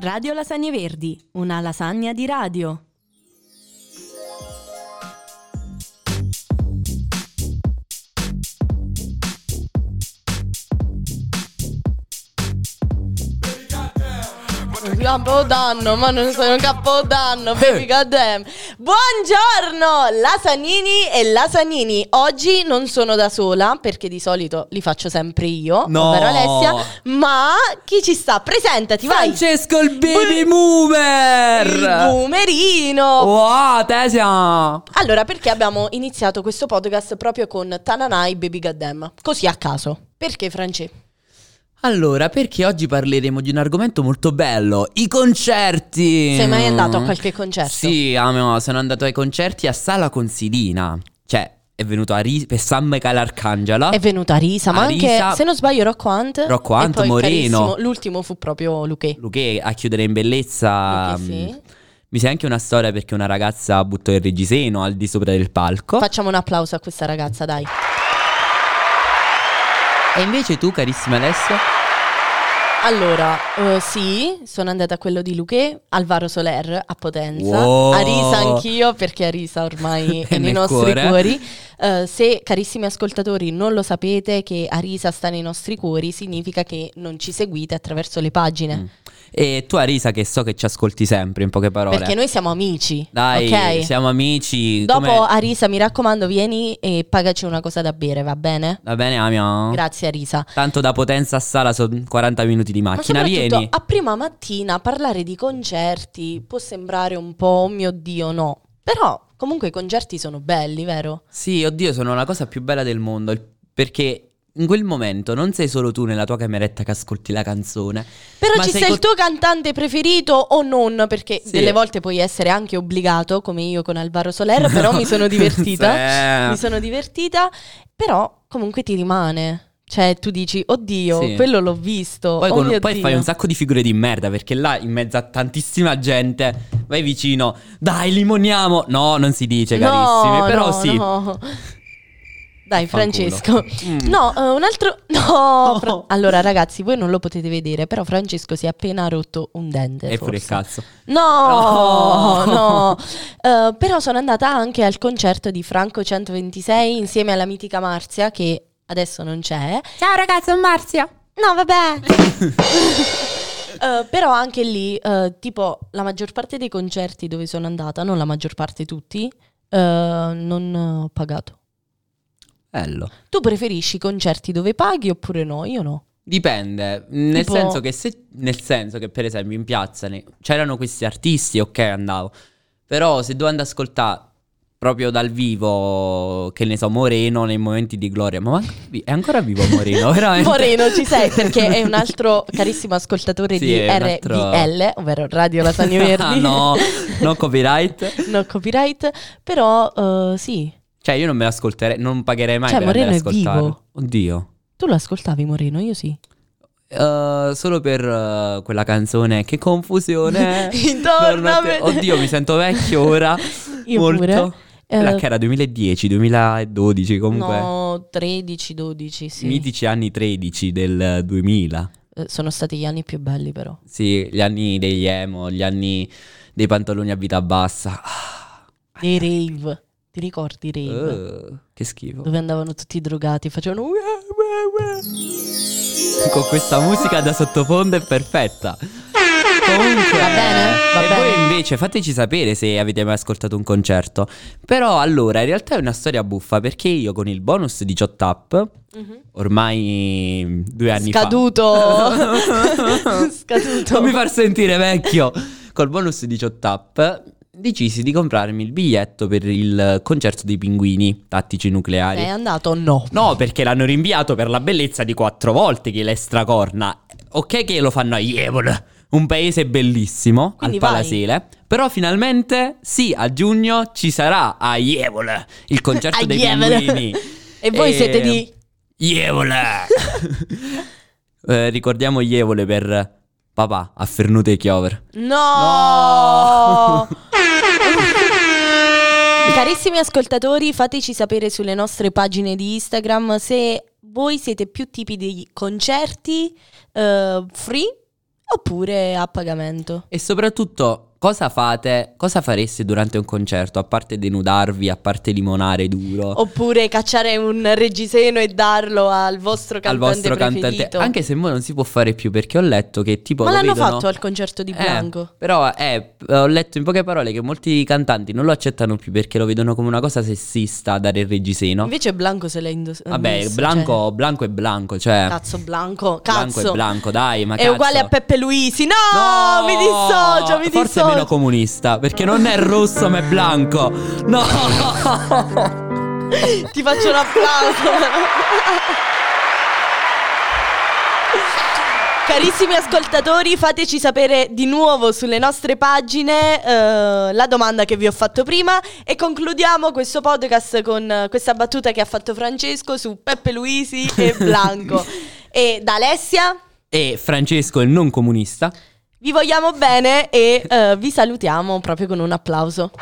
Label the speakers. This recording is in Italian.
Speaker 1: Radio Lasagne Verdi, una lasagna di radio.
Speaker 2: Capodanno, ma non sono capodanno, baby goddamn. Buongiorno, Lasagnini e Lasagnini. Oggi non sono da sola, perché di solito li faccio sempre io,
Speaker 3: No.
Speaker 2: ovvero Alessia, ma chi ci sta? Presentati, vai.
Speaker 3: Francesco il baby
Speaker 2: Bu- Il
Speaker 3: mover.
Speaker 2: boomerino.
Speaker 3: Oh. Wow, Tesia.
Speaker 2: Allora, perché abbiamo iniziato questo podcast proprio con Tananai Baby Goddamn? Così a caso. Perché, France?
Speaker 3: Allora, perché oggi parleremo di un argomento molto bello, i concerti.
Speaker 2: Sei mai andato a qualche concerto?
Speaker 3: Mm. Sì, amo, sono andato ai concerti a Sala Consilina. Cioè, è venuto a Ri- per San Michele Arcangela.
Speaker 2: È venuta Risa, ma
Speaker 3: Arisa,
Speaker 2: anche, se non sbaglio, Rocco Hunt.
Speaker 3: Rocco
Speaker 2: e
Speaker 3: Hunt,
Speaker 2: poi
Speaker 3: Moreno.
Speaker 2: carissimo, L'ultimo fu proprio Luché.
Speaker 3: Luché a chiudere in bellezza.
Speaker 2: Luché, sì.
Speaker 3: mh, Mi sa anche una storia perché una ragazza buttò il reggiseno al di sopra del palco.
Speaker 2: Facciamo un applauso a questa ragazza, dai.
Speaker 3: e invece tu, carissima Alessia,
Speaker 2: Allora, eh, sì, sono andata a quello di Luché, Alvaro Soler a Potenza,
Speaker 3: Wow.
Speaker 2: a Risa anch'io perché a Risa ormai
Speaker 3: È
Speaker 2: è nei
Speaker 3: nel
Speaker 2: nostri
Speaker 3: cuore.
Speaker 2: cuori. Eh, se carissimi ascoltatori non lo sapete che Arisa sta nei nostri cuori significa che non ci seguite attraverso le pagine,
Speaker 3: Mm, e tu Arisa che so che ci ascolti sempre, in poche parole.
Speaker 2: perché noi siamo amici,
Speaker 3: Dai,
Speaker 2: ok?
Speaker 3: siamo amici.
Speaker 2: Dopo
Speaker 3: come-
Speaker 2: Arisa mi raccomando vieni e pagaci una cosa da bere, va bene?
Speaker 3: Va bene, Amia.
Speaker 2: Grazie Arisa.
Speaker 3: Tanto da Potenza a Sala sono 40 minuti di
Speaker 2: Ma
Speaker 3: macchina.
Speaker 2: soprattutto
Speaker 3: Vieni.
Speaker 2: a prima mattina parlare di concerti può sembrare un po' oh mio dio no, però comunque i concerti sono belli, vero?
Speaker 3: Sì, oddio, sono la cosa più bella del mondo. il- Perché in quel momento non sei solo tu nella tua cameretta che ascolti la canzone.
Speaker 2: Però
Speaker 3: Ma
Speaker 2: ci
Speaker 3: sei
Speaker 2: sei
Speaker 3: co-
Speaker 2: il tuo cantante preferito o non, perché
Speaker 3: Sì.
Speaker 2: delle volte puoi essere anche obbligato, come io con Alvaro Soler, però mi sono divertita.
Speaker 3: Sì.
Speaker 2: mi sono divertita, però comunque ti rimane. Cioè tu dici, oddio,
Speaker 3: Sì.
Speaker 2: quello l'ho visto.
Speaker 3: Poi,
Speaker 2: oh
Speaker 3: con-
Speaker 2: mio
Speaker 3: poi
Speaker 2: Dio."
Speaker 3: fai un sacco di figure di merda perché là in mezzo a tantissima gente vai vicino, dai limoniamo. No, non si dice carissimi,
Speaker 2: No,
Speaker 3: però
Speaker 2: no,
Speaker 3: sì.
Speaker 2: no. Dai
Speaker 3: Fanculo.
Speaker 2: Francesco.
Speaker 3: Mm.
Speaker 2: No, eh, un altro... No, Fra-
Speaker 3: No.
Speaker 2: allora ragazzi, voi non lo potete vedere, però Francesco si è appena rotto un dente.
Speaker 3: E pure il
Speaker 2: forse.
Speaker 3: cazzo.
Speaker 2: No, no.
Speaker 3: No.
Speaker 2: Eh, però sono andata anche al concerto di Franco 126 insieme alla mitica Marzia che adesso non c'è.
Speaker 1: Ciao ragazzi, sono Marzia.
Speaker 2: No, vabbè. Eh, però anche lì, eh, tipo, la maggior parte dei concerti dove sono andata, non la maggior parte tutti, eh, non eh, ho pagato.
Speaker 3: Bello.
Speaker 2: Tu preferisci i concerti dove paghi oppure no? Io no.
Speaker 3: Dipende, nel
Speaker 2: Tipo-
Speaker 3: senso che se nel senso che per esempio in piazza ne- c'erano questi artisti, ok, andavo. Però se devo andare ad ascoltare proprio dal vivo, che ne so, Moreno nei momenti di gloria, ma manco- è ancora vivo Moreno, veramente.
Speaker 2: Moreno, ci sei perché è un altro carissimo ascoltatore
Speaker 3: Sì,
Speaker 2: di
Speaker 3: è un altro-
Speaker 2: RDL, ovvero Radio Lasagne Verdi.
Speaker 3: Ah, no, no copyright.
Speaker 2: No copyright, però eh, sì,
Speaker 3: Cioè io non me l'ascolterei, non pagherei mai
Speaker 2: Cioè,
Speaker 3: per
Speaker 2: Moreno
Speaker 3: andare ad
Speaker 2: è vivo.
Speaker 3: ascoltarlo. Oddio.
Speaker 2: tu lo ascoltavi Moreno, io sì.
Speaker 3: Eh, solo per eh, quella canzone Che confusione eh.
Speaker 2: Intorno a me.
Speaker 3: Oddio mi sento vecchio ora
Speaker 2: Io
Speaker 3: Molto
Speaker 2: pure. Eh,
Speaker 3: Quella che era 2010, 2012 comunque.
Speaker 2: no, 13, 12, sì.
Speaker 3: Mitici anni 13 del 2000.
Speaker 2: Eh, sono stati gli anni più belli però.
Speaker 3: Sì, gli anni degli emo, gli anni dei pantaloni a vita bassa. Ah,
Speaker 2: Dei rave. Ti ricordi i rave?
Speaker 3: eh, che schifo.
Speaker 2: Dove andavano tutti drogati, facevano... "Ua, ua, ua".
Speaker 3: Con questa musica da sottofondo è perfetta. Comunque,
Speaker 2: Va bene, va
Speaker 3: e
Speaker 2: bene.
Speaker 3: voi invece fateci sapere se avete mai ascoltato un concerto. Però allora, in realtà è una storia buffa perché io con il bonus 18 up, ormai due anni fa.
Speaker 2: Scaduto. Scaduto.
Speaker 3: Non mi far sentire vecchio. Col bonus 18 up decisi di comprarmi il biglietto per il concerto dei pinguini tattici nucleari.
Speaker 2: È andato? No.
Speaker 3: No, perché l'hanno rinviato per la bellezza di quattro volte che l'estracorna. Ok che lo fanno a Jevole, un paese bellissimo,
Speaker 2: Quindi
Speaker 3: al
Speaker 2: vai.
Speaker 3: Palasele. Però finalmente, sì, a giugno ci sarà a Jevole il concerto
Speaker 2: A
Speaker 3: dei
Speaker 2: Jevole.
Speaker 3: pinguini.
Speaker 2: E voi
Speaker 3: Eh,
Speaker 2: siete di...
Speaker 3: Jevole! Eh, ricordiamo Jevole per papà a Fernute e Chiover.
Speaker 2: No! Carissimi ascoltatori, fateci sapere sulle nostre pagine di Instagram se voi siete più tipi di concerti eh, free oppure a pagamento.
Speaker 3: E soprattutto, cosa fate? Cosa fareste durante un concerto? A parte denudarvi, a parte limonare duro
Speaker 2: Oppure cacciare un reggiseno e darlo al vostro
Speaker 3: al
Speaker 2: cantante
Speaker 3: vostro
Speaker 2: preferito.
Speaker 3: cantante. Anche se mo non si può fare più, perché ho letto che tipo.
Speaker 2: Ma
Speaker 3: lo
Speaker 2: l'hanno
Speaker 3: vedono-
Speaker 2: fatto al concerto di
Speaker 3: Eh,
Speaker 2: Blanco.
Speaker 3: però eh, ho letto in poche parole che molti cantanti non lo accettano più perché lo vedono come una cosa sessista dare il reggiseno.
Speaker 2: Invece Blanco se l'ha indossato.
Speaker 3: Vabbè, Blanco, Blanco è Blanco, cioè.
Speaker 2: Cazzo, Blanco.
Speaker 3: Blanco
Speaker 2: Cazzo.
Speaker 3: è Blanco, dai, ma
Speaker 2: È
Speaker 3: cazzo.
Speaker 2: uguale a Peppe Luisi. No,
Speaker 3: No!
Speaker 2: Ah, mi dissocio, mi
Speaker 3: Forse è
Speaker 2: dissocio.
Speaker 3: meno comunista, perché non è rosso ma è blanco. No!
Speaker 2: Ti faccio un applauso. Carissimi ascoltatori, fateci sapere di nuovo sulle nostre pagine eh, la domanda che vi ho fatto prima e concludiamo questo podcast con eh, questa battuta che ha fatto Francesco su Peppe Luisi e Blanco. e da Alessia
Speaker 3: e Francesco è non comunista.
Speaker 2: vi vogliamo bene e eh, vi salutiamo proprio con un applauso.